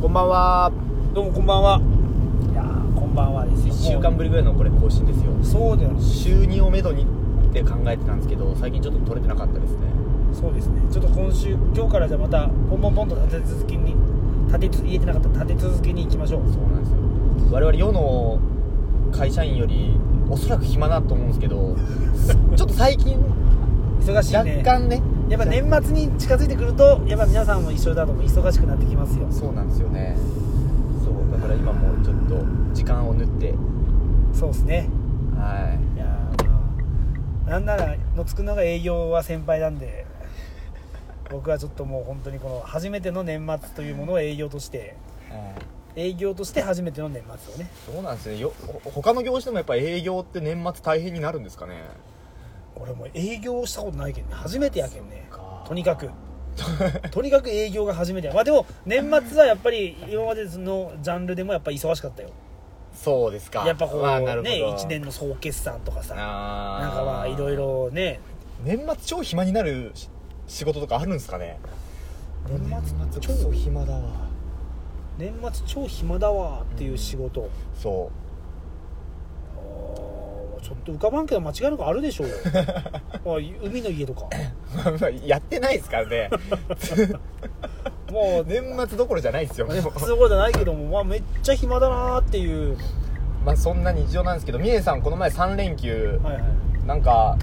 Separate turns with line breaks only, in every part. こんばんは
どうもこんばんは。いやーこんばんはですよ。
1週間ぶりぐらいのこれ更新ですよ
もうそうだよね。
週2をめどにって考えてたんですけど最近ちょっと取れてなかったですね
そうですね。ちょっと今週今日からじゃあまたポンポンポンと立て続けに立てつ言えてなかったら立て続けに行きましょう。
そうなんですよ我々世の会社員よりおそらく暇だと思うんですけ どちょっと最近
忙しい
若
ね。
干ね
やっぱ年末に近づいてくるとやっぱ皆さんも一緒だと思う忙しくなってきますよ。
そうなんですよねそうだから今もうちょっと時間を縫って
そうですね。
はい
やーまあなんならのつくのが営業は先輩なんで。僕はちょっともう本当にこの初めての年末というものを営業として営業として初めての年末をね
そうなんですねよほ他の業種でもやっぱ営業って年末大変になるんですかね
俺も営業したことないけどね初めてやけんね
そっか
とにかく とにかく営業が初めてやまあでも年末はやっぱり今までのジャンルでもやっぱ忙しかったよ
そうですか
やっぱこ
まあなる
う
ほど
ね1年の総決算とかさなん
あー
かまあいろいろね
年末超暇になるし仕事とかあるんですかね
年末超
暇だわ
年末超暇だわっていう仕事、
そ
あーちょっと浮かばんけど間違いなくあるでし ょうよおい海の家とか
う やってないですからね
もう
年末どころじゃないですよ
年末どころじゃないけども、まあ、めっちゃ暇だなーっていう
まあそんな日常なんですけどみえさんこの前3連休
はいはい
なんか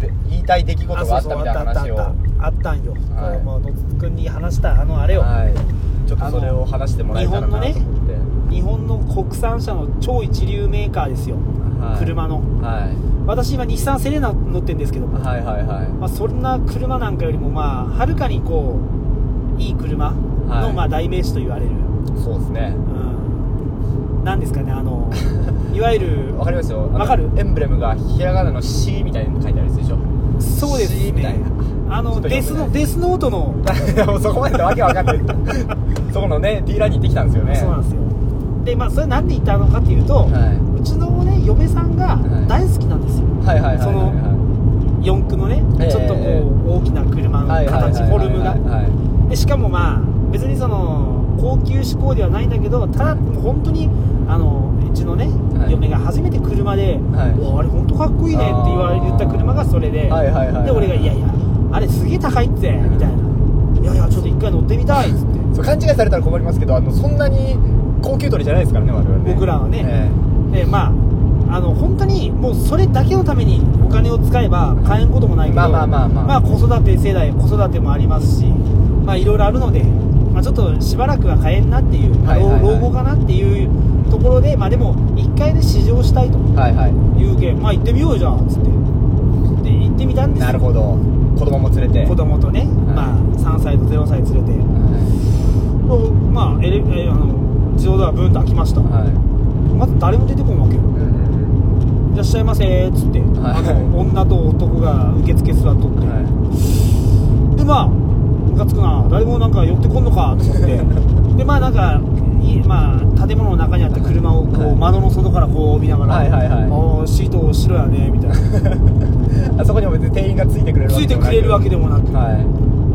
で言いたい出来事があったみたいな話を
あそうそうあったあったあったんよ、
はい
それもうのつくんに話したあのあれよ
はいちょっとそれを話してもらえたらな
あの
と思って、
日本の国産車の超一流メーカーですよ、
はい
車の
はい
私今日産セレナ乗ってるんですけど、ま
はいはいは
あ、そんな車なんかよりもまあはるかにこういい車の、
はい
まあ、代名詞と言われる、
いそうですね
うん、なんですかね あのいわゆる
わかりますよあの
わかる
エンブレムがひらがなの C みたいに書いてあるやつでしょ
そうですね
C みたいな
あ
ちょ
の
っとよくな
デ
い
スのデスノートの
もうそこまででわけわかんないそこのねディーラーに行ってきたんですよね
そうなんですよでまあそれ何で言ったのかっていうと、
は
うちのね嫁さんが
はい
大好きなんですよ、
い、はいはいはいはいはい
その四駆のね、
ええ
ちょっとこ
ええ
う大きな車の
はいはいはい
形、フォルム
はい
が
はい
でしかもまあ別にその高級志向ではないんだけどただもう本当にあのうちのね、
はい
嫁が初めて車で「
はい
おあれ本当かっこいいね」って言われ
あー
言った車がそれで、
はいはいはいはい
で俺が「いやいやあれすげえ高いって」みたいな「いやいやちょっと一回乗ってみたい」っつって
そう勘違いされたら困りますけどあのそんなに高級鳥じゃないですからね我々ね
僕らはね
え
でまああの本当にもうそれだけのためにお金を使えば買えんこともないけど
まあまあまあまあ
子育て世代子育てもありますしまあいろいろあるので、まあ、ちょっとしばらくは買えんなっていう、まあ
はいはいはい
老老後かなっていうところでまあでも一回で試乗したいと
えはいは
いうけんまあ行ってみようよじゃあつってで行ってみたん
い
です
なる
よ
ほど子供も連れて
子供とね、まあ3歳と0歳連れて
は
おまあエレえあの自動ドアブンと開きました
いは
まず誰も出てこんわけよ
いうん
いらっしゃいませーっつって、
はい
あの女と男が受付座っとって、
は
でまあムカつくな誰もなんか寄ってこんのかと思 ってでまあなんかいまあ、建物の中にあった車をこう、
はい
窓の外からこう見ながら「
はいはいはい
おーシート白やね」みたいな
いあそこにも別に店員がついてくれる
ついてくれるわけで
も
もなく、
は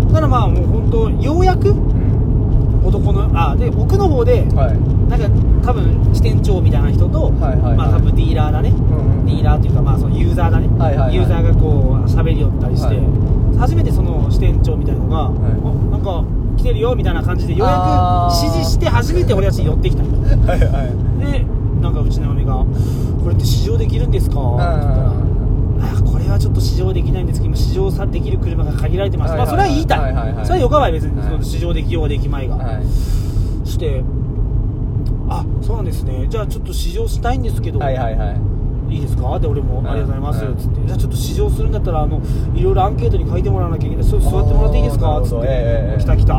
い、
ただまあもう本当ようやく
うん
男のあで奥の方で
はい、
なんか多分支店長みたいな人と、
はいはいはい
まあ多分ディーラーだね、
うんうん
ディーラーというか、まあ、そのユーザーだね、
はいはいはい
ユーザーがこう喋りよったりして、
はい
初めてその支店長みたいなのが、
い
あなんか来てるよみたいな感じでようや
あ
く
ー
指示して初めて俺たちに寄ってきたので
はいはい
なんかうちの嫁が「これって試乗できるんですか?」って言ったら
う
あこれはちょっと試乗できないんですけど今試乗さできる車が限られてます、
はいはい
まあそれは言いたい,、
はいはいはい
それはよかばい別に、
はい
その試乗できようできまいが、
んはい
してあそうなんですねじゃあちょっと試乗したいんですけど、
はいはいはい
いいですかで俺も
うん
ありがとうございます
うん
つって、じゃあちょっと試乗するんだったらあのいろいろアンケートに書いてもらわなきゃいけないそう座ってもらっていいです
あ
か
ー
つって、
なるほどええええ
来た来た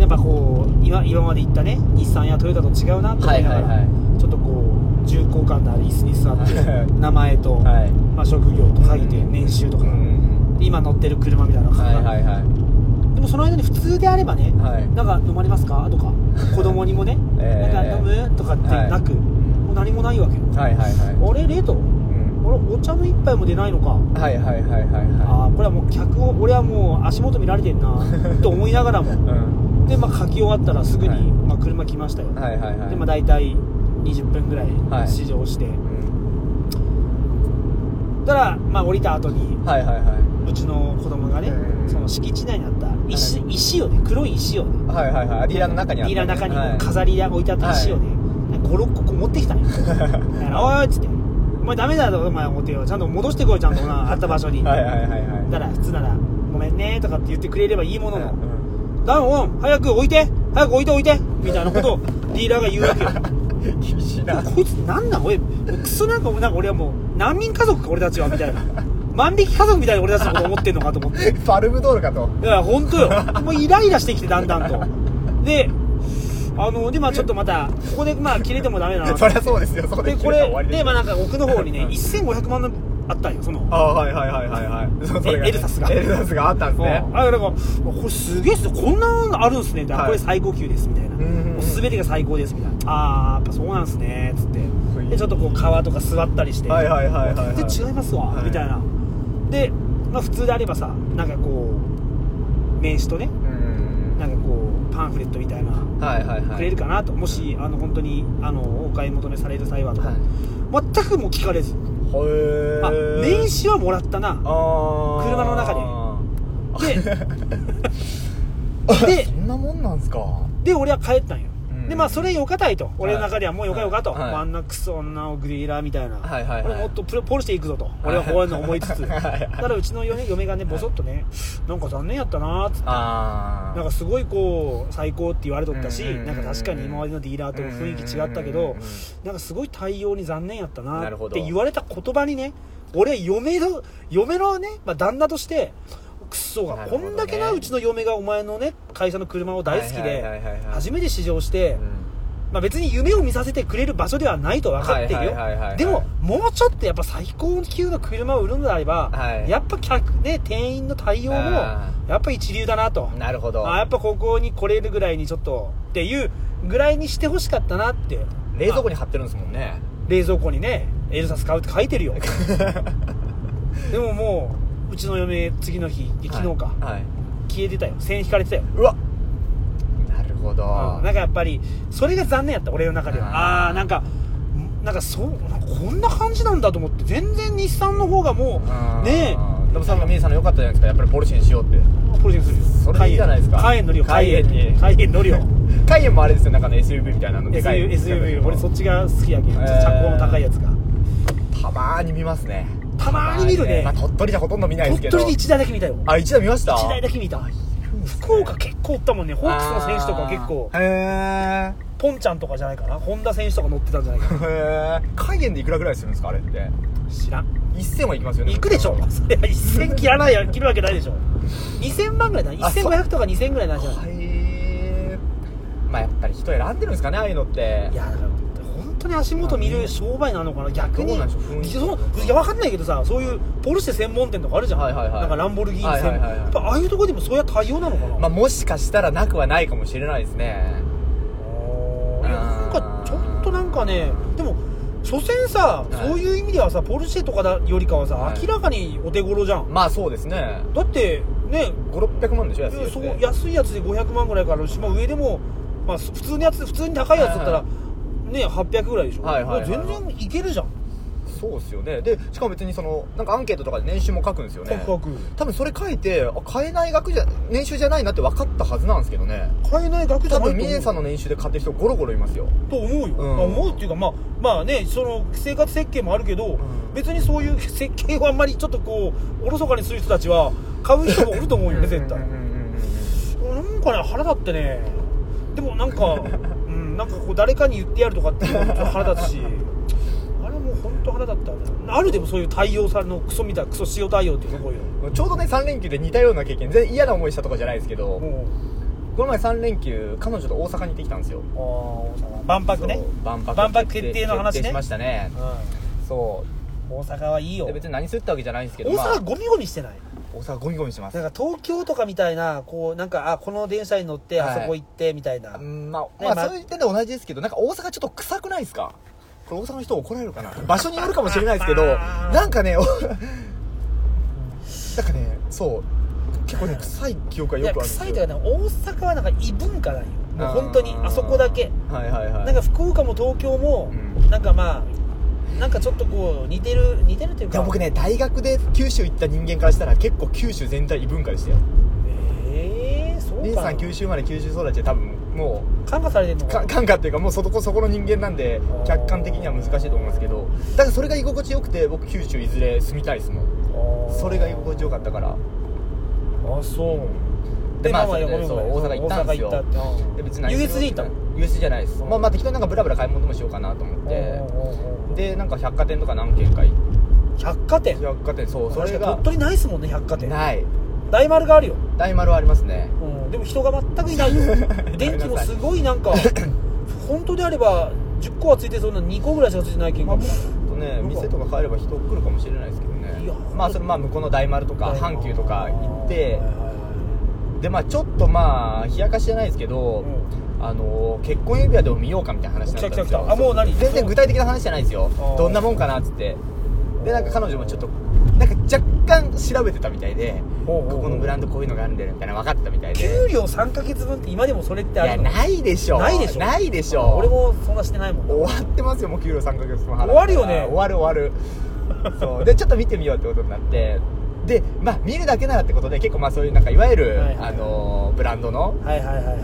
やっぱこう今今まで行ったね日産やトヨタと違うなと思いながら、
はいはい
ちょっとこう重厚感のある椅子に座っ
は
て
い
名前と、
はい
まあ、職業と書いて、
うん
年収とか、
うん
で今乗ってる車みたいなのが書い
は
て
い
ある
はいはい
でもその間に普通であればね、
はい
なんか飲まれますかとか子供にもね、
ええ
なんか飲むとかってなく、
はい
もう何もないわけよ
はいはいはい
あれレート
うん
俺お茶の一杯も出ないのか、
はいはいはいはい
ああこれはもう客を俺はもう足元見られてんなと思いながらも
うん
で、まあ、書き終わったらすぐに、
はい
まあ、車来ましたよ、
はいはいはい
で、まあ、大体20分ぐら
はいい
試乗して、
うん
たら、まあ、降りた後に
はいはいはいう
ちの子供がね、
うん
その敷地内にあった石,、石をね黒い石をね
はいはいはいディーラーの中にあった
ディーラーの中に
は
こ
いう
飾りで置いてあった石をね、56個こう持ってき たのよだから「おい」っつって「お前ダメだぞお前思ってよちゃんと戻してこいちゃんとなあった場所に」
はいはいはいはい
だから普通なら「ごめんね」とかって言ってくれればいいもの
う
の、
ん
ダウン早く置いて早く置いて置いてみたいなことをディーラーが言うわ けよ
うん厳しいな
こいつなんなん俺クソなんかなんか俺はもう難民家族か俺たちはみたいな万引き家族みたいな俺たちのこと思ってんのかと思って
ファルムドールかと
いや本当よもうイライラしてきてだんだんとであのでまあちょっとまたここでまあ切れてもダメだな
そりゃそうですよそこで
で
切
こ
たら終わ
れ
り
でまあなんか奥の方にね
うん
1500万のあったんよその
ああはいはいはいはいはいそうそれ
エルサスが
エルサスがあったんですね
あだからこれすげえっすねこんなのあるんすねみたいな、
はい
これ最高級ですみたいな、
うんうんうん
もう全てが最高ですみたいなああやっぱそうなんすねっつって
い
でちょっとこう川とか座ったりして、
はいはいはいはいはい
全然違いますわ、
はい
みたいなで、まあ、普通であればさなんかこう名刺とね
うん
なんかこうパンフレットみたいな
はいはいはい
くれるかなと、もしあの本当にあのお買い求めされる際はとか、
はい
全くもう聞かれず、
ほえ
あ名刺はもらったな
あー
車の中でで で
そんなもんなんすか
で俺は帰ったんよ、
うん
でまあそれよかたいと俺の中ではもうよかよかと、
はいはい
あんなクソ女をグリーラーみたいな、
はいはいはい
俺もっとプロポルシェ行くぞと俺はこういうの思いつつ、
はいはい
ただうちの嫁嫁がねボソッとね、なんか残念やったなーっつって
ああ
なんかすごいこう最高って言われとったし、
うんうんうんうん
なんか確かに今までのディーラーとも雰囲気違ったけど、
うんうんうんうん
なんかすごい対応に残念やったな
なる
っ
ほ
て
ど
言われた言葉にね俺は嫁の嫁のね、まあ、旦那としてクソが、
なる
こ
ほどね
んだけなうちの嫁がお前のね会社の車を大好き
はいはい
で
はいはいはい
初めて試乗して、
うん
まあ、別に夢を見させてくれる場所ではないと分かってるよ
はいはいはいはいはい
でももうちょっとやっぱ最高級の車を売るのであれば、
はい
やっぱ客ね店員の対応も
あ
やっぱ一流だなと。
なるほど
あやっぱここに来れるぐらいにちょっとっていうぐらいにしてほしかったなって
冷蔵庫に貼ってるんですもんね
冷蔵庫にねエルサス買うって書いてる よでももううちの嫁次の日昨日か、
はいはい
消えてたよ線引かれてたよ
うわなるほど
うんなんかやっぱりそれが残念やった俺の中ではあ
あー
あーなんかなんかそうなんかこんな感じなんだと思って全然日産の方がもうね
えでもさんが峰さんの良かったじゃないですかやっぱりポルシェにしようって
えプロジェクトするよ
それでいいじゃないですか
カイエン乗りよ
カイエンに
カイエン乗りよ
カイエンもあれですよなんかね SUV みたいなのでかい
SUV, SUV 俺そっちが好きやけん、
えー
車高の高いやつが
たまーに見ますね
たまーに見るね
まあ、鳥取じゃほとんど見ないですけ
鳥
ど
取で1台だけ見たよ
あ一台見ました
1台だけ見た福岡結構おったもんねホークスの選手とか結構
あーへ
ポンちゃんとかじゃないかな本田選手とか乗ってたんじゃないかな
えへえ海円でいくらぐらいするんですかあれって
知らん
1000はいきますよね
行くでしょそれは1000切らないや切るわけないでしょ2000万ぐらいだ
あそう
1500とか2000ぐらいなんじゃない
はいまあやっぱり人選んでるんですかねああいうのって
いやだから本当に足元見る商売なのかな逆に
どうなんでしょう雰囲気
そういや分かんないけどさそういうポルシェ専門店とかあるじゃん、
はいはいはい
なんかランボルギーニ専門、
はいはいはいはい
やっぱああいうとこでもそういう対応なのかな、
まあもしかしたらなくはないかもしれないですね
いやなんかちょっとなんかねでも所詮さ、
はい
そういう意味ではさポルシェとかだよりかはさ、
はい
明らかにお手頃じゃん
まあそうですね
だってね
5600万でしょ安いやつ
そ
っ
う
て
安いやつで500万ぐらいからあるし、まあ、上でも、まあ、普通のやつ普通に高いやつだったら、
は
ね800ぐらいでしょ、
はいはいはいはい
もう全然いけるじゃん
そうっすよねでしかも別にそのなんかアンケートとかで年収も書くんですよね
価格
多分それ書いてあ買えない額じゃ年収じゃないなって分かったはずなんですけどね
買えない額じゃ
多
ない
分峰さんの年収で買ってる人ゴロゴロいますよ
と思うよ、
うん
あ思うっていうかまあまあねその生活設計もあるけど、
ん
別にそう いう設計をあんまりちょっとこうおろそかにする人たちは買う人もおると思うよね絶対
うんうんうんうんうん
なんかね腹立ってねでもなんか、うん、なんかこう誰かに言ってやるとかっていうのもちょっと腹立つしあれもう本当腹立ったよねあるでもそういう対応されのクソみたいなクソ塩対応っていうとこよ
ちょうどね3連休で似たような経験全然嫌な思いしたとかじゃないですけど
も
この前3連休彼女と大阪に行ってきたんですよ
うああ大阪万博ね
そう万博
万博決定の話ね
決定しましたねそ
うん大阪はいいうよ
で別に何するってわけじゃないんですけど
大
ま
阪
あ
ゴミゴミしてない
大阪ゴミゴミしてます
なんか東京とかみたいなこうなんかあこの電車に乗って
は
あ
い
そこ行ってみたいな、
うんまあ、
ね
ま
ま
あ、そういう点で同じですけど、なんか大阪ちょっと臭くないですかこれ大阪の人怒られるかな場所によるか もしれないですけど、
あー
なんかね、おなんかね、そう、結構ね臭い記憶が
い
よくあ
や
るんですよ
臭いというかね大阪はなんか異文化なんよもう本当に
ー
あそこだけ
はいはいはい
なんか福岡も東京も、
うん
なんかまあなんかちょっとこう似てる似てるという
で
か
も僕ね大学で九州行った人間からしたら結構九州全体異文化でしたよ
ええー、そう
姉
か
さ
なん
九州生まれ九州育ちで多分も
感化されてんの
う
か
か
な
感化っていうかもうそこそこの人間なんで
あー
客観的には難しいと思いますけどだからそれが居心地よくて僕九州いずれ住みたいですもん
あー
それが居心地よかったから
あそう
でまあ
いや
それで
ごめん
そう
ごめん
大阪行ったんですよ
大阪行ったって
で別に何
USJ 行ったの
USJ じゃないですまあまあ適当になんかブラブラ買い物でもしようかなと思って
で
でなんか百貨店とか何軒か行っ
百貨店
て百貨店そうそれ
確か
が
鳥取ないっすもんね百貨店
ない
大丸があるよ、
大丸はありますね
うん、でも人が全く いないよ電気もすごいなんか本当であれば10個はついてそうな2個ぐらいしかついてない件が、
とね
どこ
店とか変えれば人来るかもしれないですけど
い
ね
や
まあそれまあ向こうの大丸とか阪急とか行って
はいはいはい
でまあちょっとまあ冷やかしじゃないですけど、あの結婚指輪でも見ようかみたいな話になったんです
来た来た来
よ
たあもう何
全然具体的な話じゃないですよ
あー
どんなもんかなっつってでなんか彼女もちょっとなんか若干調べてたみたいで
ほうほうほう
ここのブランドこういうのがあるんだよみたいな分かったみたいで
給料3ヶ月分って今でもそれっ
い
てあ
や
るの
ないでしょ
ないでしょ
ないでしょ
俺もそんなしてないもん
終わってますよもう給料3ヶ月も払って
終わるよね
終わる終わる そうでちょっと見てみようってことになってでまあ見るだけならってことで結構まあそういうなんかいわゆる、
はいはい
あのーブランドの
はいはいはいはい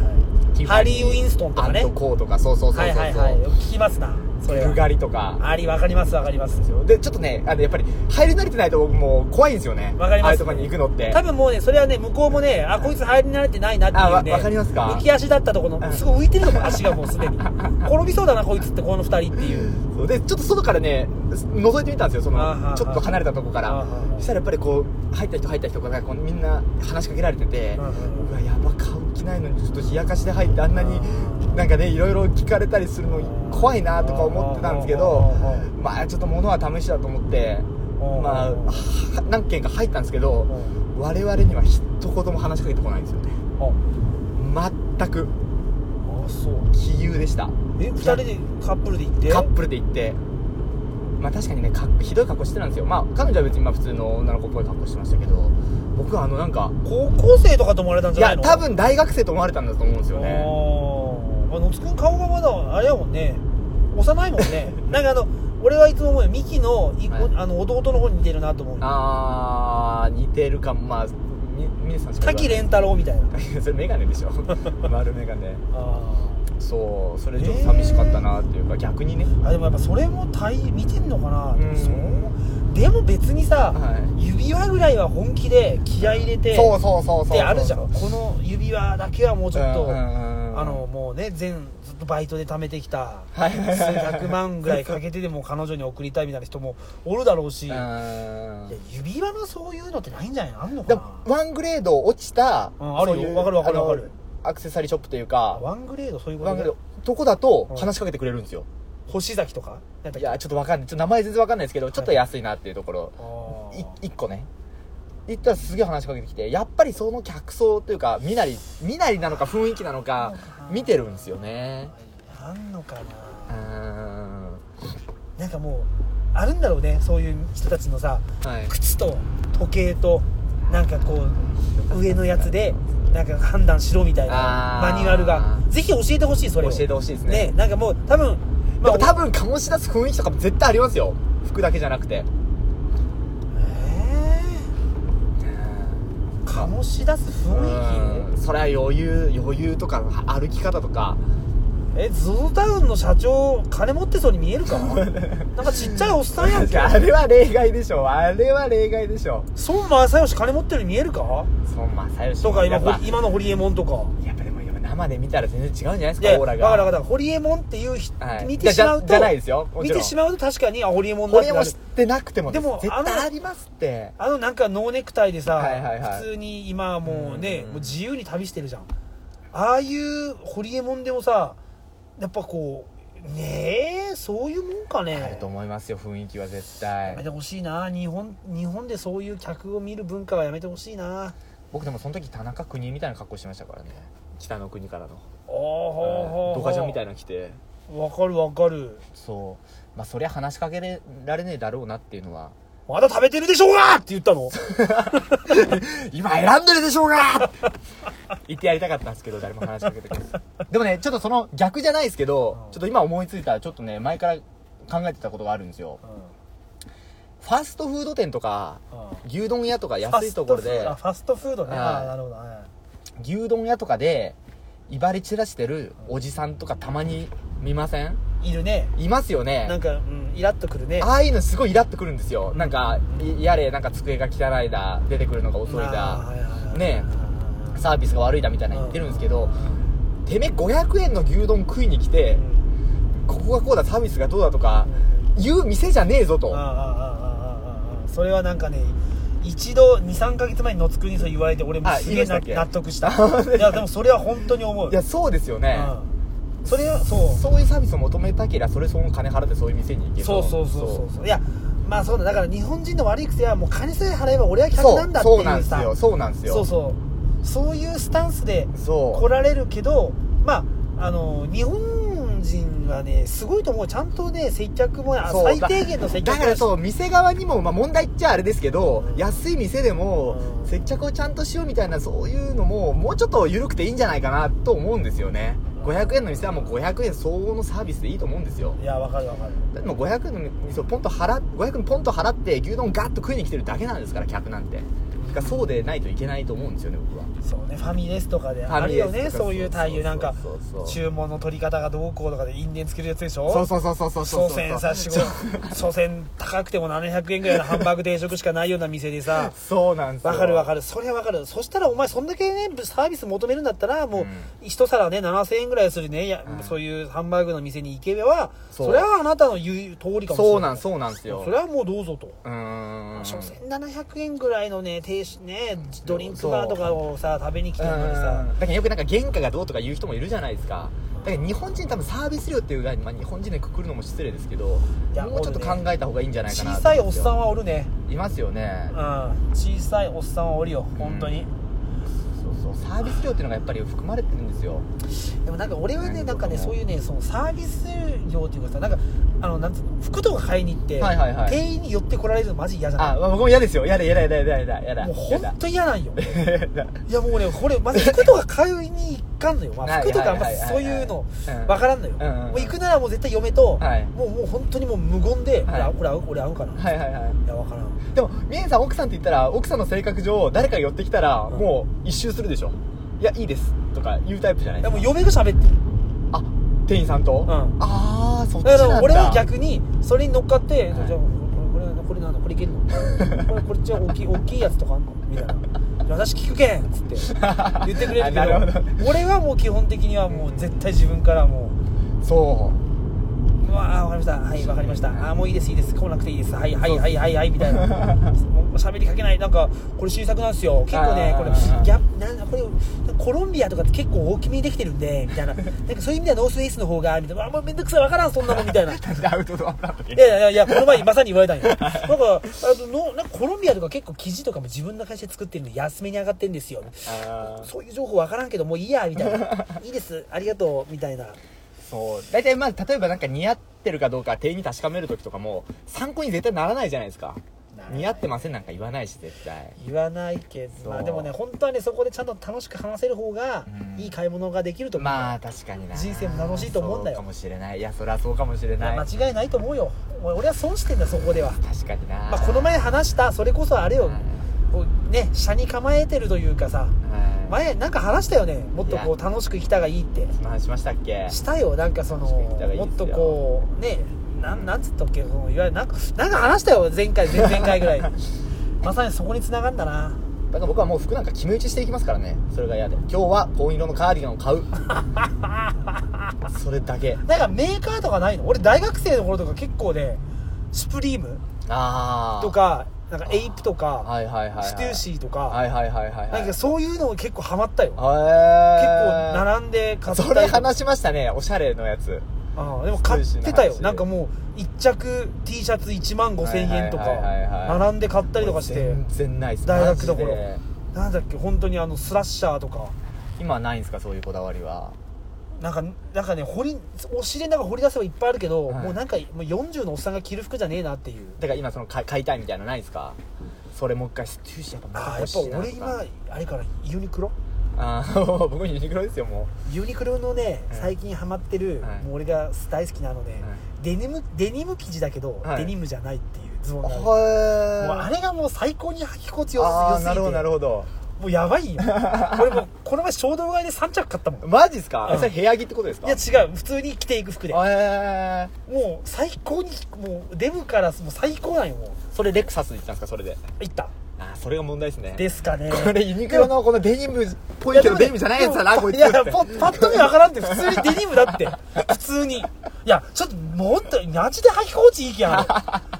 ハリー・ウィンストンとかね
アントコーとかそうそうそうそう
は
そ、
いうはいはい聞きますなそれ
ブル
は
ガリとか
ありわかりますわかります
でちょっとねあのやっぱり入り慣れてないと僕もう怖いんですよね
わかり
あ
ます
あいうとこに行くのって
多分もうねそれはね向こうもねあこいつ入り慣れてないなっていうね
あわわかりますか
浮き足だったところ
うん
のすごい浮いてるのも足がもうすで に転びそうだなこいつってこの2人っていう
そうでちょっと外からね覗いてみたんですよそ
あーはー
の
はー
ちょっと離れたとこか
あーは
ら
ーはー
そしたらやっぱりこう入った人入った人がなんかこうみんな話しかけられてて
うんうん
うわやば顔着ないのにちょっと冷やかしで入ってあんなに
あー
なんかねいろいろ聞かれたりするの怖いなとか思ってたんですけど
あーはーはー
まあちょっと物は試しだと思って
ー
まあは何件か入ったんですけど我々には一言も話しかけてこないんですよね
あ
全く
あそう
杞憂でした
え二2人でカップルで行って
カップルで行ってまあ確かにねかっひどい格好してたんですよまあ彼女は別にまあ普通の女の子っぽい格好してましたけど僕はあのなんか
高校生とかと思われたん
い
じゃな
や
いの
多分大学生と思われたんだと思うんですよね
あーまあ、野津君顔がまだあれやもんね幼いもん ねなんかあの俺はいつも思うよミキのい、
はい
あの弟の方に似てるなと思う
あー似てるかもまあみ皆さんしか
滝蓮太郎みたいな
それメガネ でしょ丸メガネ
あ
そうそれちょっと寂しかったなっていうか逆にね
ーあでもやっぱそれも大見てんのかな、
うん
そうでも別にさ、
は
指輪ぐらいは本気で気合い入れて
そうそうそうそう
であるじゃんこの指輪だけはもうちょっと、
うんうんうんうん
あのもうね全ずっとバイトで貯めてきた
はい
数百万ぐらいかけてでも彼女に送りたいみたいな人もおるだろうし、
う
いや
ーん
指輪のそういうのってないんじゃないのあんの
で
か
も
な
ワングレード落ちた、
うんあるよ
そういう
わかるわかる
あの
わかる
アクセサリーショップという
あ
か
ワングレードそういうこ
ワ
と
ング
で
レードとこだと
うん
話しかけてくれるんですよ、
星崎とかなんだっけ
いやちょっとわかんないちょっと名前全然わかんないですけどちょっと安いなっていうところ、
あー
い1個ね行ったらすげえ話しかけてきてやっぱりその客層というか身なり身なりなのか雰囲気なのか見てるんですよね
あんのか
う
な
ーん
なんかもうあるんだろうねそういう人たちのさ
はい
靴と時計となんかこう上のやつでなんか判断しろみたいな
あー
マニュアルがぜひ教えてほしいそれ
教
を
えてほしいですね
ねなんかもう多分
でも多分醸し出す雰囲気とかも絶対ありますよ服だけじゃなくて
えー、醸し出す雰囲
うんそれは余裕余裕とか歩き方とか
気えゾゾタウンの社長金持ってそうに見え るかなんかちっちゃいおっさんやんけ
あれは例外でしょあれは例外でしょ
孫正義金持ってるに見えるか
孫正義
とか今
やっぱ
ほ今のホリエモンとか
やっぱでも今生で見たら全然違うんじゃないです
い
か
や
オー
分
ラ
か
が
ら分からホリエモンっていう人、
はい
見てしまうと
じゃじゃじゃないですよもち
見
ろん
てしまうと確かにあホリエモンだ
こ
って
れ
な
も
る
知ってなくてもね
でも
絶
あの
対ありますって
あのなんかノーネクタイでさ、
はいはいはい
普通に今はもうね、
うん
もう自由に旅してるじゃんああいうホリエモンでもさやっぱこうねえそういうもんかね
あると思いますよ雰囲気は絶
やめ
対
てほしいな日本日本でそういう客を見る文化はやめてほしいな
僕でもその時田中邦衛みたいな格好してましたからね北の国からの
おお
ドカジャンみたい
い
なの着て
わかるわかる
そうまあそりゃ話しかけられねえだろうなっていうのは
まだ食べてるでしょうがって言ったの
今選んでるでしょうが言ってやりたかったんですけど誰も話しかけてくれずでもねちょっとその逆じゃないですけど、
うん
ちょっと今思いついたちょっとね前から考えてたことがあるんですよファストフード店とか牛丼屋とか安いところで
あファストフードね、
はい
ああなるほど、はい
牛丼屋とかで威張り散らしてるおじさんとかたまに見ません
いるね
いますよ
なん
ね
か、うん、イラッとくるね
ああいうのすごいイラっとくるんですよなんかいやれなんか机が汚いだ出てくるのが遅い
あーは
だ
いはいはい
ねサービスが悪いだみたいな言ってるんですけどてめえ500円の牛丼食いに来て
うん
ここがこうだサービスがどうだとか言う店じゃねえぞ
あーあー
と
あーあーあーあーそれはなんかね一度23か月前に野津君にそう言われて俺も
あ
すげえ
言いました
な
っけ
納得し
本当ですか
たいやでもそれは本当に思う
いやそうですよね
うんそれはそう
そういうサービスを求めたけりゃそれその金払ってそういう店に行けと
そうそうそうそうそういやまあそうだだから日本人の悪い癖はもう金さえ払えば俺は客
そ
なんだ
う
ってい
そう
う
なんです
さ
よそうなんですよ
そうそうそういうスタンスで
そう
来られるけどまああの日本人はねすごいと思うちゃんとね接客もあ
そう
最低限の接客
だから
う
そう店側にも、まあ、問題っちゃあれですけど、
うん
安い店でも、
うん
接客をちゃんとしようみたいなそういうのももうちょっと緩くていいんじゃないかなと思うんですよね
うん
500円の店はもう500円相応のサービスでいいと思うんですよ
いやわかるわかる
でも500円の店をポンと払っ500円ポンと払って牛丼ガッと食いに来てるだけなんですから客なんてだからそうでないといけないと思うんですよね僕は
そうねファミレスとかで
ファ
あ
ミ
る
レス
よね
とか
そういう対応なんか
そうそうそう
注文の取り方がどうこうとかで因縁つけるやつでしょ
そうそうそうそうそうそう
所詮さ仕事所詮高くても700円ぐらいのハンバーグ定食しかないような店でさ
そうなんですよ
わかるわか
る
るそれはわかるそしたらお前そんだけねサービス求めるんだったらもう
うん
一皿ね7000円ぐらいするね、や
うん
そういうハンバーグの店に行けば
そ
そうれはあなたの言う通りかもしれない
そうなんそうなんですよ
それはもうどうぞと
うーん
所詮700円ぐらいのね定食ねドリンクバーとかをさ食べに来てるのに
う
さ
んだからよくなんか原価がどうとか言う人もいるじゃないですかだから日本人多分サービス料っていうが、まあ、日本人でくくるのも失礼ですけど
いや
もうちょっと考
俺ね
えた方がいいんじゃないかな
小さいおっさん
ん
はおるね
いますよね
うん小さいおっさんはおるよ本当に、
そうそうサービス料っていうのがやっぱり含まれてるんですよ
でもなんか俺はね
な
なんん
か
か
ね
ねそういうねそのサービス業というかさなんかあのなんつうの服とか買いに行って、
はいはいはい
店員に寄ってこられるのマジ嫌じゃない
あ僕も嫌ですよ嫌だ嫌だ嫌だ嫌だ嫌だ嫌だ
もう本当に 嫌なんよ
嫌だ
いやもうねこれまず服とか買いに行かんのよ、ま
は
あ、
い
服とかま
はい
あ
はい
そういうの
うん
わからんのよ、
うんうんうん
もう行くならもう絶対嫁と、
はい
もうもう本当にもう無言で、
はい
俺合う俺合うかな、
はいはいはい
いやわからん
でもミエンさん奥さんって言ったら奥さんの性格上誰か寄ってきたら
うん
もう一周するでしょいやいいですとか言うタイプじゃない
い
で
や
す
も
か
う嫁が喋ってる
あ店員さんと、
ん
ああそっちな
だ
んだ
から俺は逆にそれに乗っかって、
はい
じゃあこれこれこれなんだこれいけるの これこっちは大 きい大きいやつとかあんのみたいな「いや私聞くけん」っつって言ってくれる け
あなるほ
ど俺はもう基本的にはもう絶対自分からも
そう
う「うわあ分かりましたはい分かりましたあーもういいですいいです来なくていいですはいはいはいはいはい」み たいなもう喋りかけないなんかこれ新作なんですよ結構ね
あー
これギャップなんだこれコロンビアとかって結構大きめにできてるんでみたいななんかそういう意味ではノースウェイスの方がみたいなあもうめんどくさい分からんそんなのみたいな
でアウトドアなのに
いやいやいや、この前まさに言わ れたんよ。なんか、あとの、なんかコロンビアとか結構生地とかも自分の会社で作ってるんで安めに上がってんですよ。
あー
そういう情報わからんけど、もういいや、みた いな。いいです、ありがとう、みたいな。
そう大体まあ例えばなんか似合ってるかどうか店員に確かめる時とかも参考に絶対ならないじゃないですか
ならない
似合ってませんなんか言わないし絶対
言わないけ
そ
ど、
う
まあでもね、本当はね、そこでちゃんと楽しく話せる方が
う、ん
いい買い物ができると思う。
まあ確かにな
人生も楽しいと思うんだよ
そうかもしれないいやそりゃそうかもしれない
間違いないと思うよ。俺俺は損してんだ、そこでは。
確かにな
まあ、この前話した、それこそあれよ、こうね、車に構えてるというかさ、
はい
前なんか話したよね。もっとこう、楽しく生きたがいいって。
その話しましたっけ
したよなんかその
確かに行ったらいい
も
で
っ
すよ
とこうねなんなんつったっけそのいわゆるなんかなんか話したよ前回前々回ぐらい まさにそこに繋がんだな
だから僕はもう服なんか決め打ちしていきますからねそれが嫌で今日は紺色のカーディガンを買 うそれだけ
なんかメーカーとかないの俺大学生の頃とか結構ねスプリーム
ああ
とかなんかエイプとか
はいはいはい、はい、
ステューシーとか、
はいはいはいはいはい
なんかそういうの結構ハマったよ結構
へえ
並んで買ったり
それ話しましたねおしゃれのやつ
ああでも買ってたよ
ステューシーの話
なんかもう1着 T シャツ1万5000円とか
はいはいはいはいはい
並んで買ったりとかして
全然ないっす
大学の頃
マジで
なんだっけ本当にあのスラッシャーとか
今はないんですかそういうこだわりは
なんかなんかね掘りお尻の中掘り出せばいっぱいあるけど、
はい
もうなんかもう40のおっさんが着る服じゃねえなっていう
だから今その買い買いたいみたいなのないですかそれもう一回ステューシーやっぱ
ああ
ま
や
た
っぱ
欲しいな
俺
とか
今あれからユニクロ
あー 僕ユニクロですよも
ユニクロのね
はい
最近ハマってる、
はい
もう俺が大好きなのね、
う、
デニムデニム生地だけど、
はい
デニムじゃないっていうズボンがあるもう
は
あれがもう最高に履き心地よ
あ
良
あ
す
な
ぎ
る
て
ほどなるほど
もうやば いよ俺もうこの前衝動買いで3着買ったもんい
マジですか、
うん
それ部屋着ってことですか
や違う普通に着ていく服で
え
もう最高にもうデブからもう最高なんよも
ー、それレクサス行ったんですかそれで
ういった
あーそれが問題ですね
ですかね
これユニクロのこのデニムっぽ
い
い
や
けど
でも
デニムじゃないやつだな
でも
こいつ
いや
って
パパッと見分からんって普通にデニムだって 普通にいやちょっともっとマジで履き心地いいけんあれ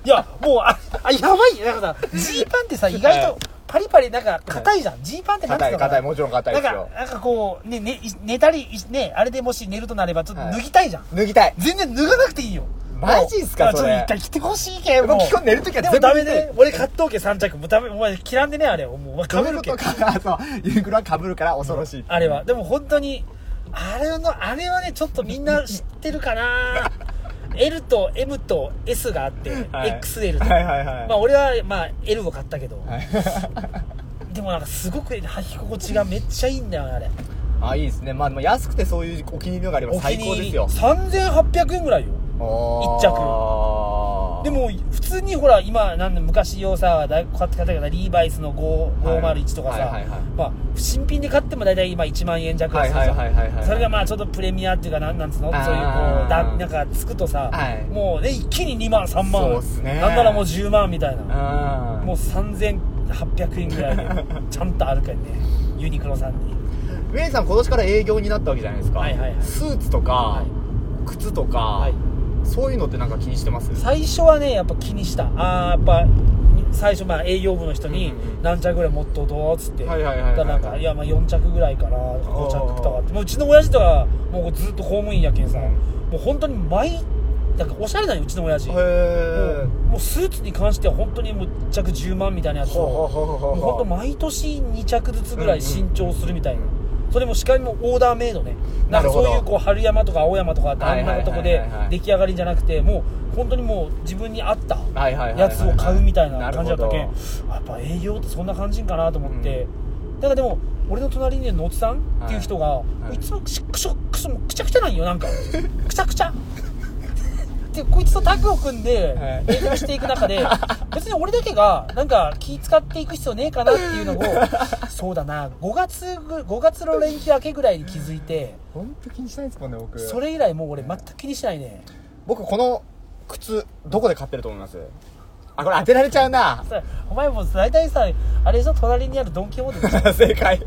いやもうああやばいなんかさジーパン ってさ意外とパリパリなんか硬いじゃんジーパンってなんて
硬
い
い
うのかな
硬いもちろん硬いで
なん
す
か
よ
なんかこうねねい寝たりいねあれでもし寝るとなればちょっと脱ぎたいじゃん、
脱ぎたい
全然脱がなくていいよ
マジっすか
もう
それ
あちょっと一回着てほしいけん
もう基本寝るときは
で
全部
もダメで俺買っとうけ3着もうダメお前着らんでねあれもうお前かぶるけ
そういうことか そうユニクロはかぶるから恐ろしい、
あれはでも本当にあれのあれはねちょっとみんな知ってる かな L と M と S があって、
はい
XL と、
はいはいはい
まあ俺はまあ L を買ったけど、
はい
でもなんかすごく履き心地がめっちゃいいんだよねあれ
あいいですねまあでも安くてそういうお気に入りのがあれば
お気
最
に
高
入
で
り
すよ
3800円ぐらいよ
おー
一でも普通にほら今なんだ昔用さだ買って買ったけどリーバイスの5
はい
501とかさ、
はいはいはい
まあ、新品で買っても大体今1万円弱ぐらいするじゃん
はいはいはいはいはい
それがまあちょっとプレミアっていうかなんなんつうのそう
あ
い
ー
うこうだなんかつくとさ、
はい
もうね一気に2万3万
そうっすね
なんならもう10万みたいな
うん
もう3800円ぐらいでちゃんとあるからねユニクロさんに
ウェイさん今年から営業になったわけじゃないですか、
はいはいはい
スーツとか、
はい
靴とか、
い
そういうのってなんか気にしてます
最初はねやっぱ気にしたああやっぱ最初まあ営業部の人に
うんうんうん
何着ぐらい持っとどうっつってだ
は
か
いはいはいはい
らなんかいやまあ4着ぐらいかな5着とかっ
お
てもううちの親父とかもうずっと公務員やけんさ
うん
もう本当に毎なんかおしゃれなんようちの親父も
へ
うもうスーツに関しては本当にもう1着10万みたいなやつ
ほうほう
を
ほうほ
も
う
う
ほ
本当
う
毎年2着ずつぐらい新調するみたいな
うんう
それもしかもオーダーメイドねなん
な
か
るほ
そう
ど
いうこう春山とか青山とかってあんなとこ
はい
で
はいはいはいはい
出来上がりじゃなくてもう本当にもう自分に合った
はいはいはいはい
やつを買うみたいな感じだっ
な
たけん
る
や
ほ
っぱ営業ってそんな感じんかなと思って、だからでも俺の隣にいる野津さんっていう人が、
いはい
い、つもくしくしょくしょもうくちゃくちゃなん よなんかくちゃくちゃでこいつとタッグを組んで
はい
営業していく 中で、別に俺だけがなんか気使っていく必要ねえかなっていうのをそうだな5月ぐ5月の連休明けぐらいに気づいて
本当気にしないですもんね僕
それ以来もう俺全く気にしないね
僕この靴どこで買ってると思いますあこれ当てられちゃうな
それお前もう大体さあれでしょ隣にあるドン・キホーテでしょ
正解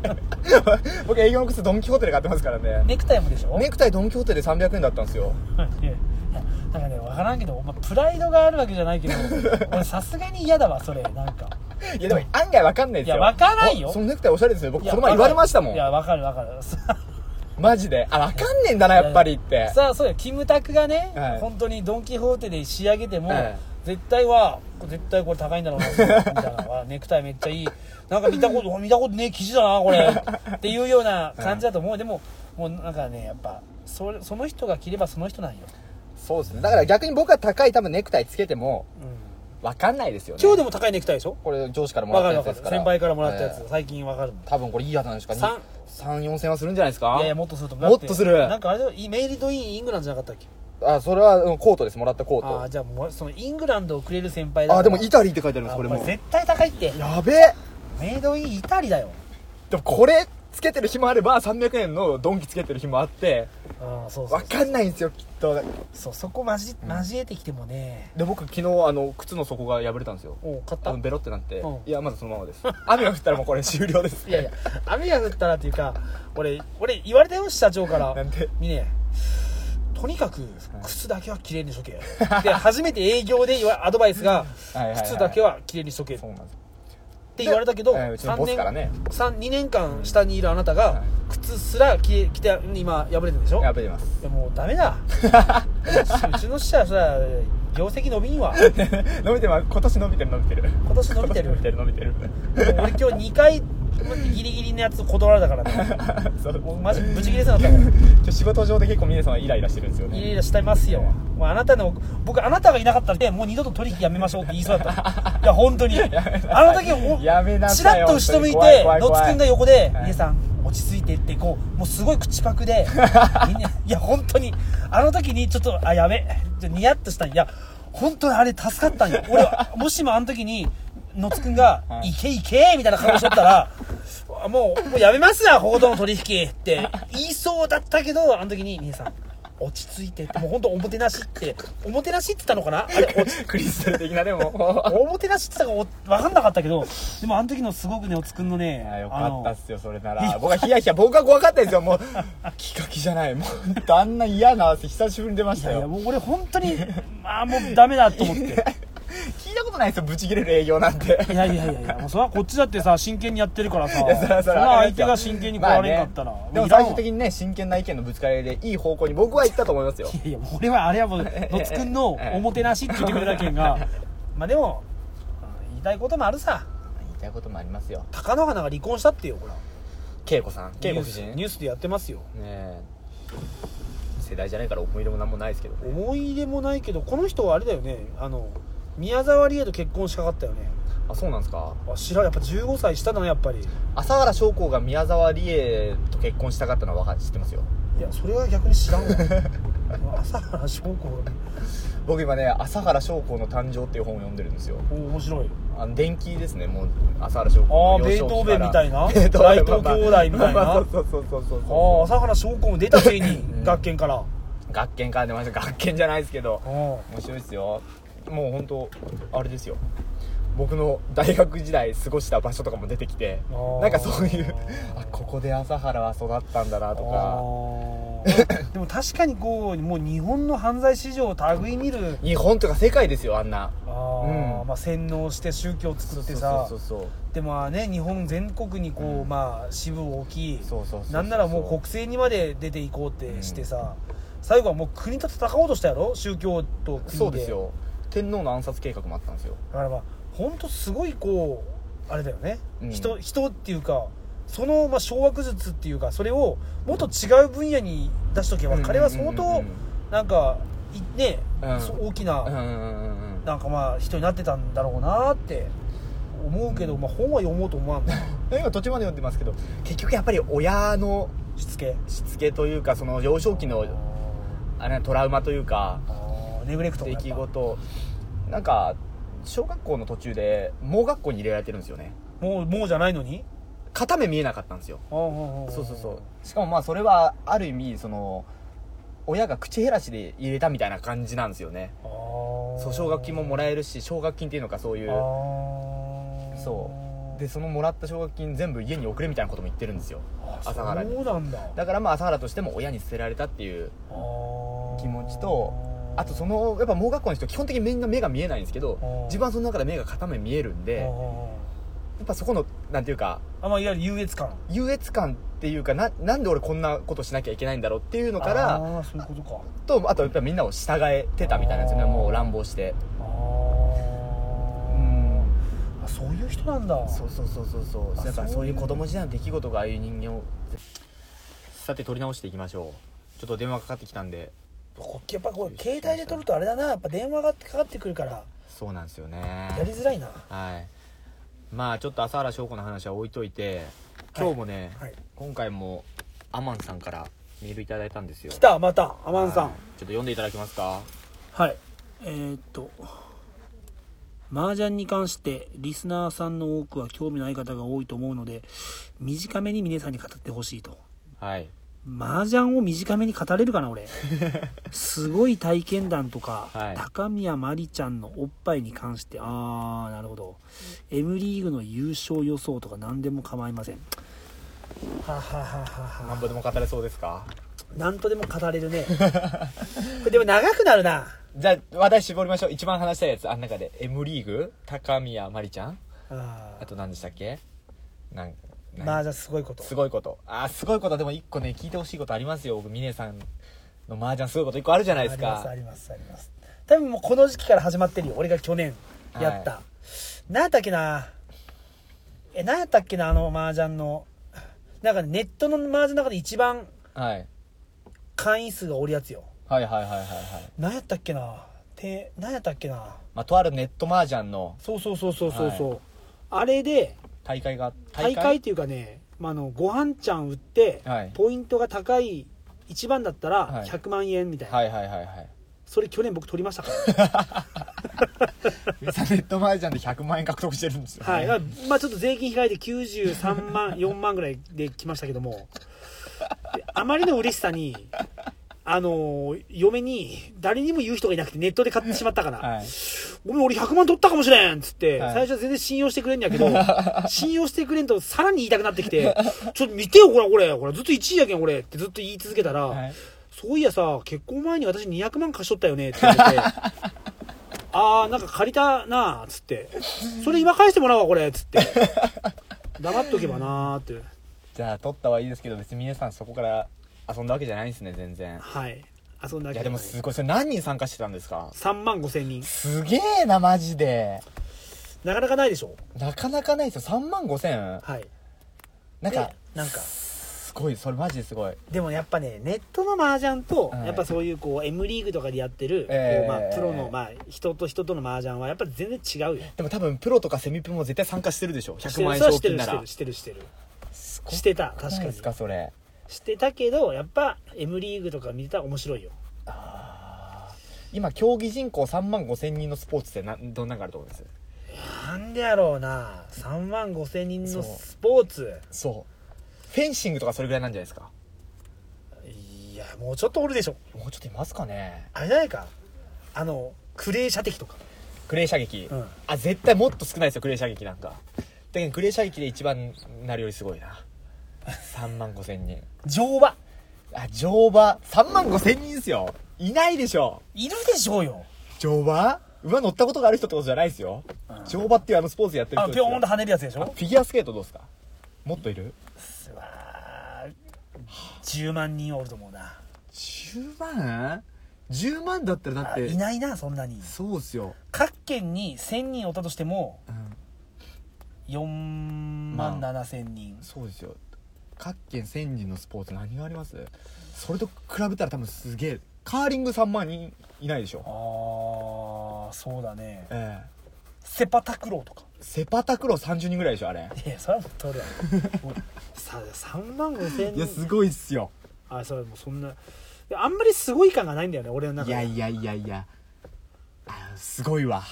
僕営業の靴ドン・キホーテで買ってますからね
ネクタイもでしょ
ネクタイドン・キホーテで300円だったんですよ
いやなんかね分からんけど、まあ、プライドがあるわけじゃない けど俺さすがに嫌だわそれなんか
いやでも案外わかんないですよ
いやわかんないよ
おそのネクタイおしゃれですね僕
いや
この前言われましたもん
いや分かる分かるさ
マジであわかんねえんだな やっぱりって
さあそうよキムタクがね、
はい
本当にドン・キホーテで仕上げても、
はい
絶対は絶対これ高いんだろうなみたいな わネクタイめっちゃいいなんか見たこと見たことねえ生地だなこれっていうような感じだと思う、でももうなんかねやっぱそれその人が着ればその人なんよ、
そうですねだから逆に僕は高い多分ネクタイつけてもわかんないですよね
今日でも高いネクタイでしょ
これ上司からも
分
ら
か
った
る
やつ
分
ですか
かる
ら
先輩からもらったやつ、
え
最近分かるの
え多分これいいやつなんですか
三
34千はするんじゃないですか
いやいやもっとすると思う
もっとする
だってなんかあれだよメイリドインイングランドじゃなかったっけ
あそれはうんコートですもらったコ
ああ
ー
じゃあもうそのイングランドをくれる先輩
ト
だから
あでもイタリーって書いてあるんで
あ
すこれ
お
も
前絶対高いって
やべえ
メイドインイタリだよ
でもこれつけてる日もあれば300円のドンキつけてる日もあって
ああそうそう
わかんないんですよきっと
そうそこ交じ交えてきてもね
で僕昨日あの靴の底が破れたんですよ
おう買っ
あ
た
のベロってなって、
うん
いやまだそのままです雨が降ったらもうこれ終了です
いやいや雨が降ったらっていうか俺俺言われたよ社長から
なんで
ミネとにかく靴だけは綺麗にしとけで初めて営業で言わアドバイス
は
が
いはいはい
靴だけは綺麗にしとけっ
そうなんです
て言われたけど
でえーうちの
三
ボス
年
からね
三2年間下にいるあなたが
はい
靴すら着着て今破れてるでしょ
破れます
いやもうダメだうちの支社はさ業績伸びんわ
伸びてます今年伸びてる伸びてる
今年伸びてる
伸びてる伸びてる
俺今日2回ギリギリのやつこだわらだからね
そう
もう マジブチギレそうになったから
ちょ仕事上で結構皆さんはイライラしてるんですよ
イラ
ね
イ ラしてますよ、まあ、あなたの僕あなたがいなかったらでもう二度と取引やめましょうって言いそうだったいや 本当にあの時お
やめなさい
チラッと後ろ向い
本当に怖い
ての
怖い怖い
つくんが横で
はい
「皆さん落ち着いて」ってこうもうすごい口パ クでみんないや本当にあの時にちょっとあやべちょっとニヤッとしたんいや本当にあれ助 かったんよ俺はもしもあの時にのつくんが「
はい
いけいけ」みたいな顔しとったらあもうもうやめますわ報道の取引って言いそうだったけどあの時に「皆さん落ち着いて」ってもう本当おもてなしっておもてなしって言ったのかなあれお
クリスタル的なでも
おもてなしって言ったか分かんなかったけどでもあの時のすごくねおつくんの
い
ね
やよ
あ
か
の
ったっすよそれなら僕はヒヤヒヤ僕は怖かったですよもう気が気じゃないもうほんとあんな嫌な汗久しぶりに出まし
い
た
やいや
よ
もう俺本当に まあもうダメだと思って
聞いたことないですよブチ切れる営業なんて
いやいやいやいやもうそれはこっちだってさ真剣にやってるからさ
いやそらそら
んな相手が真剣に来られんかったら、
まあね
う
でも
いらん
最
わ
終的にね真剣な意見のぶつかり合いでいい方向に僕は行ったと思いますよ
いやいやもう俺はあれは もうのつくんのおもてなしって言ってくれたけんが まあでもうん言いたいこともあるさ
言いたいこともありますよ
貴乃花が離婚したってよほら
恵子さん恵
ニ
子
ュー
夫
ス
人
ニュースでやってますよ
ねえ世代じゃないから思い出もなんもないですけどね
思い入れもないけどこの人はあれだよねあの宮沢りえと結婚しかかったよね
あそうなんですか
あ知らんやっぱ15歳したなやっぱりい
朝原翔子が宮沢りえと結婚したかったのはわか知ってますよ
やそれは逆に 知らんわ朝原翔子が
僕今ね朝原翔子の誕生っていう本を読んでるんですよ
お面白い
あの電気ですねもう朝原翔子
あ
の
あベートーベンみたいな
ベートーベン
大東兄弟みたいな
まあまあそうそうそうそうそう
ああ朝原翔子も出たせいに
ん
学研からあ
学研から出ました学研じゃないですけど
あ
面白いですよもう本当あれですよ僕の大学時代過ごした場所とかも出てきて
あー
なんかそういうあここで朝原は育ったんだなと
あ
か
ー でも確かにこうもう日本の犯罪史上を類見る
日本とか世界ですよあんな
あー、
うん
まあ、洗脳して宗教を作ってさ
そうそうそう
でまあね日本全国にこう、まあ支部を置き
そうそうそうそう
なんならもう国政にまで出ていこうってしてさ、最後はもう国と戦おうとしたやろ宗教と国で
そうですよ天皇の暗殺計画もあったんですよ
だからまあ本当すごいこうあれだよね、
うん
人人っていうかそのまあ掌握術っていうかそれをもっと違う分野に出しとけば、
うん
彼は相
うんうんう
当
ん
なんかいね、
うん
そう大き
うんう
な、
んうんうん
なんかまあ人になってたんだろうなって思うけど、まあ本は読もうと 思わんな
今途中まで読んでますけど結局やっぱり親の
しつけ
しつけというかその幼少期のあれトラウマというか
あーネグレクトも
出
やっ
来
ぱ
事なんか小学校の途中で盲学校に入れられてるんですよね
もうもうじゃないのに
片目見えなかったんですよそ
そう
そうそうしかもまあそれはある意味その親が口減らしで入れたみたいな感じなんですよねそう奨学金ももらえるし奨学金っていうのかそういう
あ
そうでそのもらった奨学金全部家に送れみたいなことも言ってるんですよ朝
朝
原
原
に
そうなんだ
だからまあ朝原としても親に捨てられたっていう気
気
持ちとあとそのやっぱ盲学校の人基本的にみんな目が見えないんですけど
うん
自分はその中で目が片目見えるんでやっぱそこのなんていうか
あまあいわゆる優越感
優越感っていうかななんで俺こんなことしなきゃいけないんだろうっていうのから
あーそういうことか
とあとやっぱみんなを従えてたみたいなんですよね
あー
もう乱暴してう
あ
ん
ーあそういう人なんだ
そうそうそうそうそう
あ
だから
そ
そうう
い
いうう子供時代の出来事がああいう人間をさて取り直していきましょうちょっと電話かかってきたんで
こやっぱこれ携帯で撮るとあれだなやっぱ電話がかかってくるから
そうなんですよね
やりづらいな
はいまあちょっと朝原翔子の話は置いといて今日もね、
はい
今回もアマンさんからメールいただいたんですよ
来たまたアマンさ
はい
ん
ちょっと読んでいただけますか
はい。えーっと、麻雀に関してリスナーさんの多くは興味ない方が多いと思うので、短めに峰さんに語ってほしいと。
はい
麻雀を短めに語れるか な、俺。すごい体験談とか、
はい
高宮まりちゃんのおっぱいに関して、あー、なるほど。M リーグの優勝予想とか何でも構いません。はははは
何。ぼでも語れそうですか
なんとでも語れ るね。これでも長くなるな。
じゃあ話題絞りましょう一番話したいやつあん中で M リーグ高宮まりちゃん
あ
あと何でしたっけなん
ー
なん
麻雀すごいこと。
すごいことあーすごいことでも一個ね聞いてほしいことありますよ僕峰さんの麻雀すごいこと一個あるじゃないですか
ありますありますあります多分もうこの時期から始まってるよ俺が去年やった、
は
なんだっけなえ何やったっけなあの麻雀のなんかねネットの麻雀の中で一番
はい
会員数がおるやつよ
はいはいはいはいはい
何やったっけなて何やったっけな
まあとあるネット麻雀の
そうそうそうそうそうそう、あれで
大会が
大会っていうかね、まあ、あのご飯ちゃん売って、
はい
ポイントが高い一番だったら
はい
100万円みたいな、
はいはいはいはい
それ去年僕取りましたから
ネット麻雀で100万円獲得してるんですよ、ね、
はい、まあちょっと税金開いて93万4万 ぐらいで来ましたけどもであまりの嬉しさにあのー嫁に誰にも言う人がいなくてネットで買ってしまったか ら「
はい
ごめん俺100万取ったかもしれん」っつって、
はい
最初は全然信用してくれんや けど信用してくれんとさらに言いたくなってきて「ちょっと見てよこれこれこれずっと1位やけん俺」ってずっと言い続けたら、
はい
そういやさ、結婚前に私200万貸しとったよねって言わ れて、あー、なんか借りたなあつって、それ今返してもらうわ、これ、つって。黙っとけばなーって。
じゃあ取ったはいいですけど別に皆さんそこから遊んだわけじゃないんですね全然
はい。遊んだ
い
け
や
ど。
でもすごいそれ何人参加してたんですか
3万5千人。
すげえなマジで
なかなかないでしょ
なかなかないですよ3万5千
はい。
なんか
でなんか
すごいそれマジですごい
でもやっぱね、ネットの麻雀と、
はい
やっぱそういうこう、M リーグとかでやってる、
ええ
こうまあ、プロの、まあ、人と人との麻雀は、やっぱ全然違うよ。
でも多分プロとかセミプロも絶対参加してるでしょ100万円
それは
賞
して
金
る、
な
して
ら
る、してる、してる。
すごく
してた、確
な
か
いで
に
す。かそれ
してたけどやっぱ M リーグとか見てたら面白いよ
今競技人口3万5千人のスポーツってなどんなんがあると思います
なんでやろうな3万5千人
そう
のスポーツ
そうフェンシングとかそれぐらいなんじゃないですか
いやもうちょっとおるでしょ
もうちょっといますかね
あれじゃないかあのクレー射的とか
クレー射撃、
うん
あ絶対もっと少ないですよクレー射撃なんかだけどクレー射撃で一番なるよりすごいな3万5千人
乗馬
あ乗馬3万5千人ですよいないでしょ
いるでしょうよ
乗馬馬乗ったことがある人ってことじゃないですよ、乗馬っていうあのスポーツやってる
あ
人
の
です
ピ
よ
ョーンと跳ねるやつでしょ
フィギュアスケートどうですかもっといる
うわー10万人おると思うな
?10 万 ?10 万だったらだっ
あ
て
いないなそんなに
そうっすよ、
各県に1000人おったとしても4万7千人、
そうですよ各県千人のスポーツ何がありますそれと比べたら多分すげえカーリング3万人いないでしょ
ああそうだね
え
セパタクローとか
えセパタクロー30人ぐらいでしょあれ
いやそれはもう取るやろもうさ3万5千
いや
人
すごいっすよ
あそれもうそんないやあんまりすごい感がないんだよね俺の中
い
で
やいやいやいやあすごいわ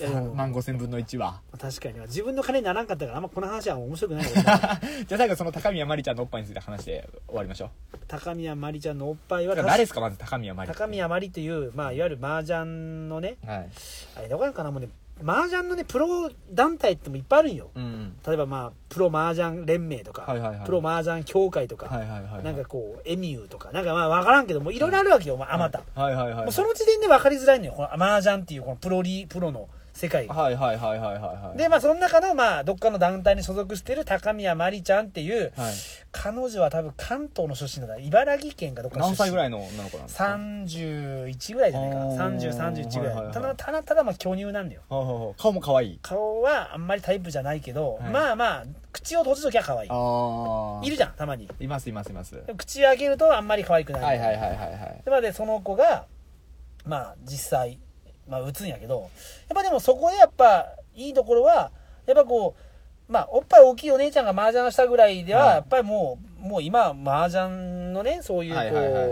いや
3万5千分の1は
確かにな自分の金にならんかったからあんまこの話は面白 くないよね
じゃあ最後その高宮まりちゃんのおっぱいについて話して終わりましょう
高宮まりちゃんのおっぱいは
誰ですかまず高宮まり
高宮まりという、まあ、いわゆる麻雀のね
はい
あれどこやんかなもうね麻雀のねプロ団体ってもいっぱいあるんよ
うん
例えばまあプロ麻雀連盟とか、
はいはいはい
プロ麻雀協会とか、
はいはいはい
なんかこうエミューとかなんかまあ分からんけどもいろいろあるわけよ、まああまた、
はいはいはい
もうその時点で分かりづらいのよ、この麻雀っていうこのプロリープロの世界が。
はいはいはいはいはいはい
で、まあ、その中の、まあ、どっかの団体に所属してる高宮まりちゃんっていう、
はい
彼女は多分関東の出身だな、茨城県かどっかの出
何
身
歳ぐら
い
いの女の子なんですか
31ぐらいじゃないかな
あー
30、31ぐらい、
はいはいはい
ただただただまあ巨乳なんだよ
ほうほうほう顔も可愛い
顔はあんまりタイプじゃないけど、
はい
まあまあ口を閉じときは可愛い
あ
いるじゃんたまに
いますいますいます
でも口開けるとあんまり可愛くない
はいはいはいはいはい
でまあでその子がまあ実際、まあ、打つんやけどやっぱでもそこでやっぱいいところはやっぱこうまあおっぱい大きいお姉ちゃんが麻雀したぐらいでは、
はい
やっぱりもうもう今麻雀のねそういうこう、
はいはいはい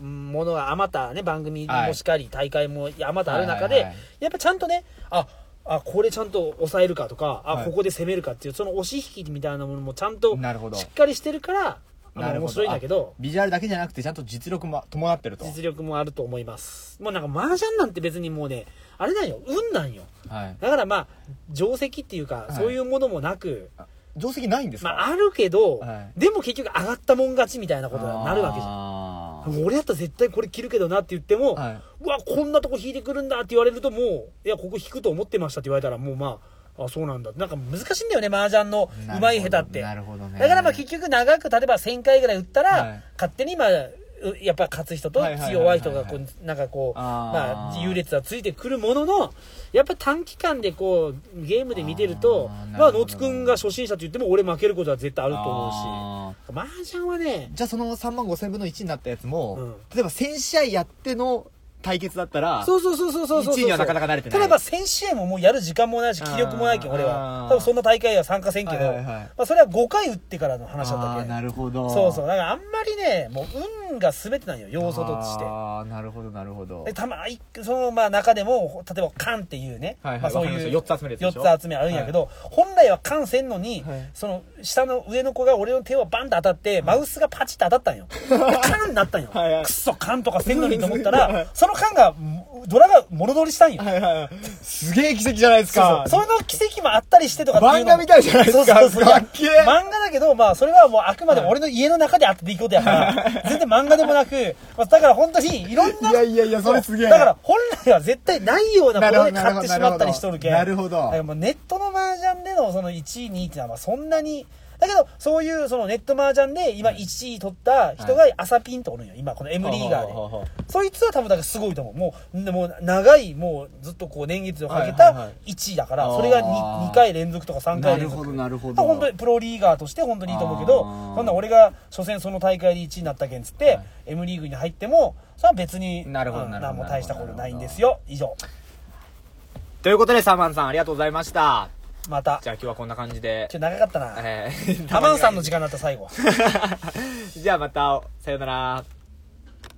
ものがあまたね番組
はい
もしかり、大会もあまたある中で、
はいはいはい
やっぱちゃんとねああこれちゃんと抑えるかとかあ、
はい
ここで攻めるかっていうその押し引きみたいなものもちゃんと
なるほど
しっかりしてるから
なる
あの
ほど
面白いんだけど
ビジュアルだけじゃなくてちゃんと実力も伴ってると
実力もあると思いますもうなんか麻雀なんて別にもうねあれなんよ運なんよ
はい
だからまあ定石っていうか、
はい
そういうものもなく
あ定石ないんです
ま
か
ああるけど、
はい
でも結局上がったもん勝ちみたいなことになるわけじゃ
ゃ
ん俺やったら絶対これ切るけどなって言っても、
はいう
わこんなとこ引いてくるんだって言われるともういやここ引くと思ってましたって言われたらもうまああそうなんだなんか難しいんだよね麻雀の上手い下手って
なるほどね
だからまあ結局長く例えば1000回ぐらい打ったら、
はい
勝手にまあうやっぱり勝つ人と
はいはいはいはい
弱い人がこうなんかこう
あ
ま
ー
あ優劣はついてくるもののやっぱり短期間でこうゲームで見てると
あーなる
ま
ほ
あ
ど
野津くんが初心者と言っても俺負けることは絶対あ
あ
ると思うし麻雀はね
じゃあその3万5千分の1になったやつも、
うん
例えば1000試合やっての対決だったら
そうそうそうそうそうそう
1位にはなかなかなれてない
ただまあ1000試合ももうやる時間もないし気力もないけん
あー
俺
あ
は
ー
多分そんな大会は参加せんけど、
はいはいはい
まあ、それは5回打ってからの話だった
あ
わ
あ
け
なるほど
そうそうだからあんまりねもう運が全てなんよ要素として
ああなるほどなるほど
でたまいそのまあ中でも例えば缶っていうね、
はいはい
まあ、そう
わかり
いう
ました四つ集めるやつでしょ
4つ集めあるんやけど、本来は缶せんのに、
はい
その下の上の子が俺の手をバンと当たって、マウスがパチッと当たったんよで缶になったん よ
はいはい
くっそ缶とかせんのにと思った
はい
らその缶がもドラがもろどりしたんよ、
はいはいすげえ奇跡じゃないです
そ
か
うそうその奇跡もあったりしてとかっていうの
漫画みたいじゃないですか
そうそうそう
かっけえ
漫画だけど、まあ、それはもうあくまでも俺の家の中であった出来事 やから、全然漫画でもなく、まあ、だから本当にいろんな。
いやいやいやそれすげえ
だから本来は絶対ないようなことで
なるほ
買
ど
ってしまったりしとるけん。
なるほど
だからもうネットの麻雀でのその1位、2位ってのはまあそんなに、だけど、そういうそのネット麻雀で今1位取った人が朝ピンとおるんよ。今この M リーガー
ほうほ
で。
うほうほう
そいつは多分だからすごいと思う。もう、でもう長い、もうずっとこう年月をかけ
はいはいは
た
い
1位だから、
あー
それが 2, 回連続とか3
な
回
る
連続
ほ。どなるほど
本当にプロリーガーとして本当にいいと思うけど
あー
そんな俺が初戦その大会で1位になったけんつって、
はい
M リーグに入ってもそれは別に
なるほど
うん
なるほ
何
ど
も大したことないんですよ以上
ということでサマンさんありがとうございました
また
じゃあ今日はこんな感じで
今日長かったな
えー
ハマンさんの時間だった最後
じゃあまたさようなら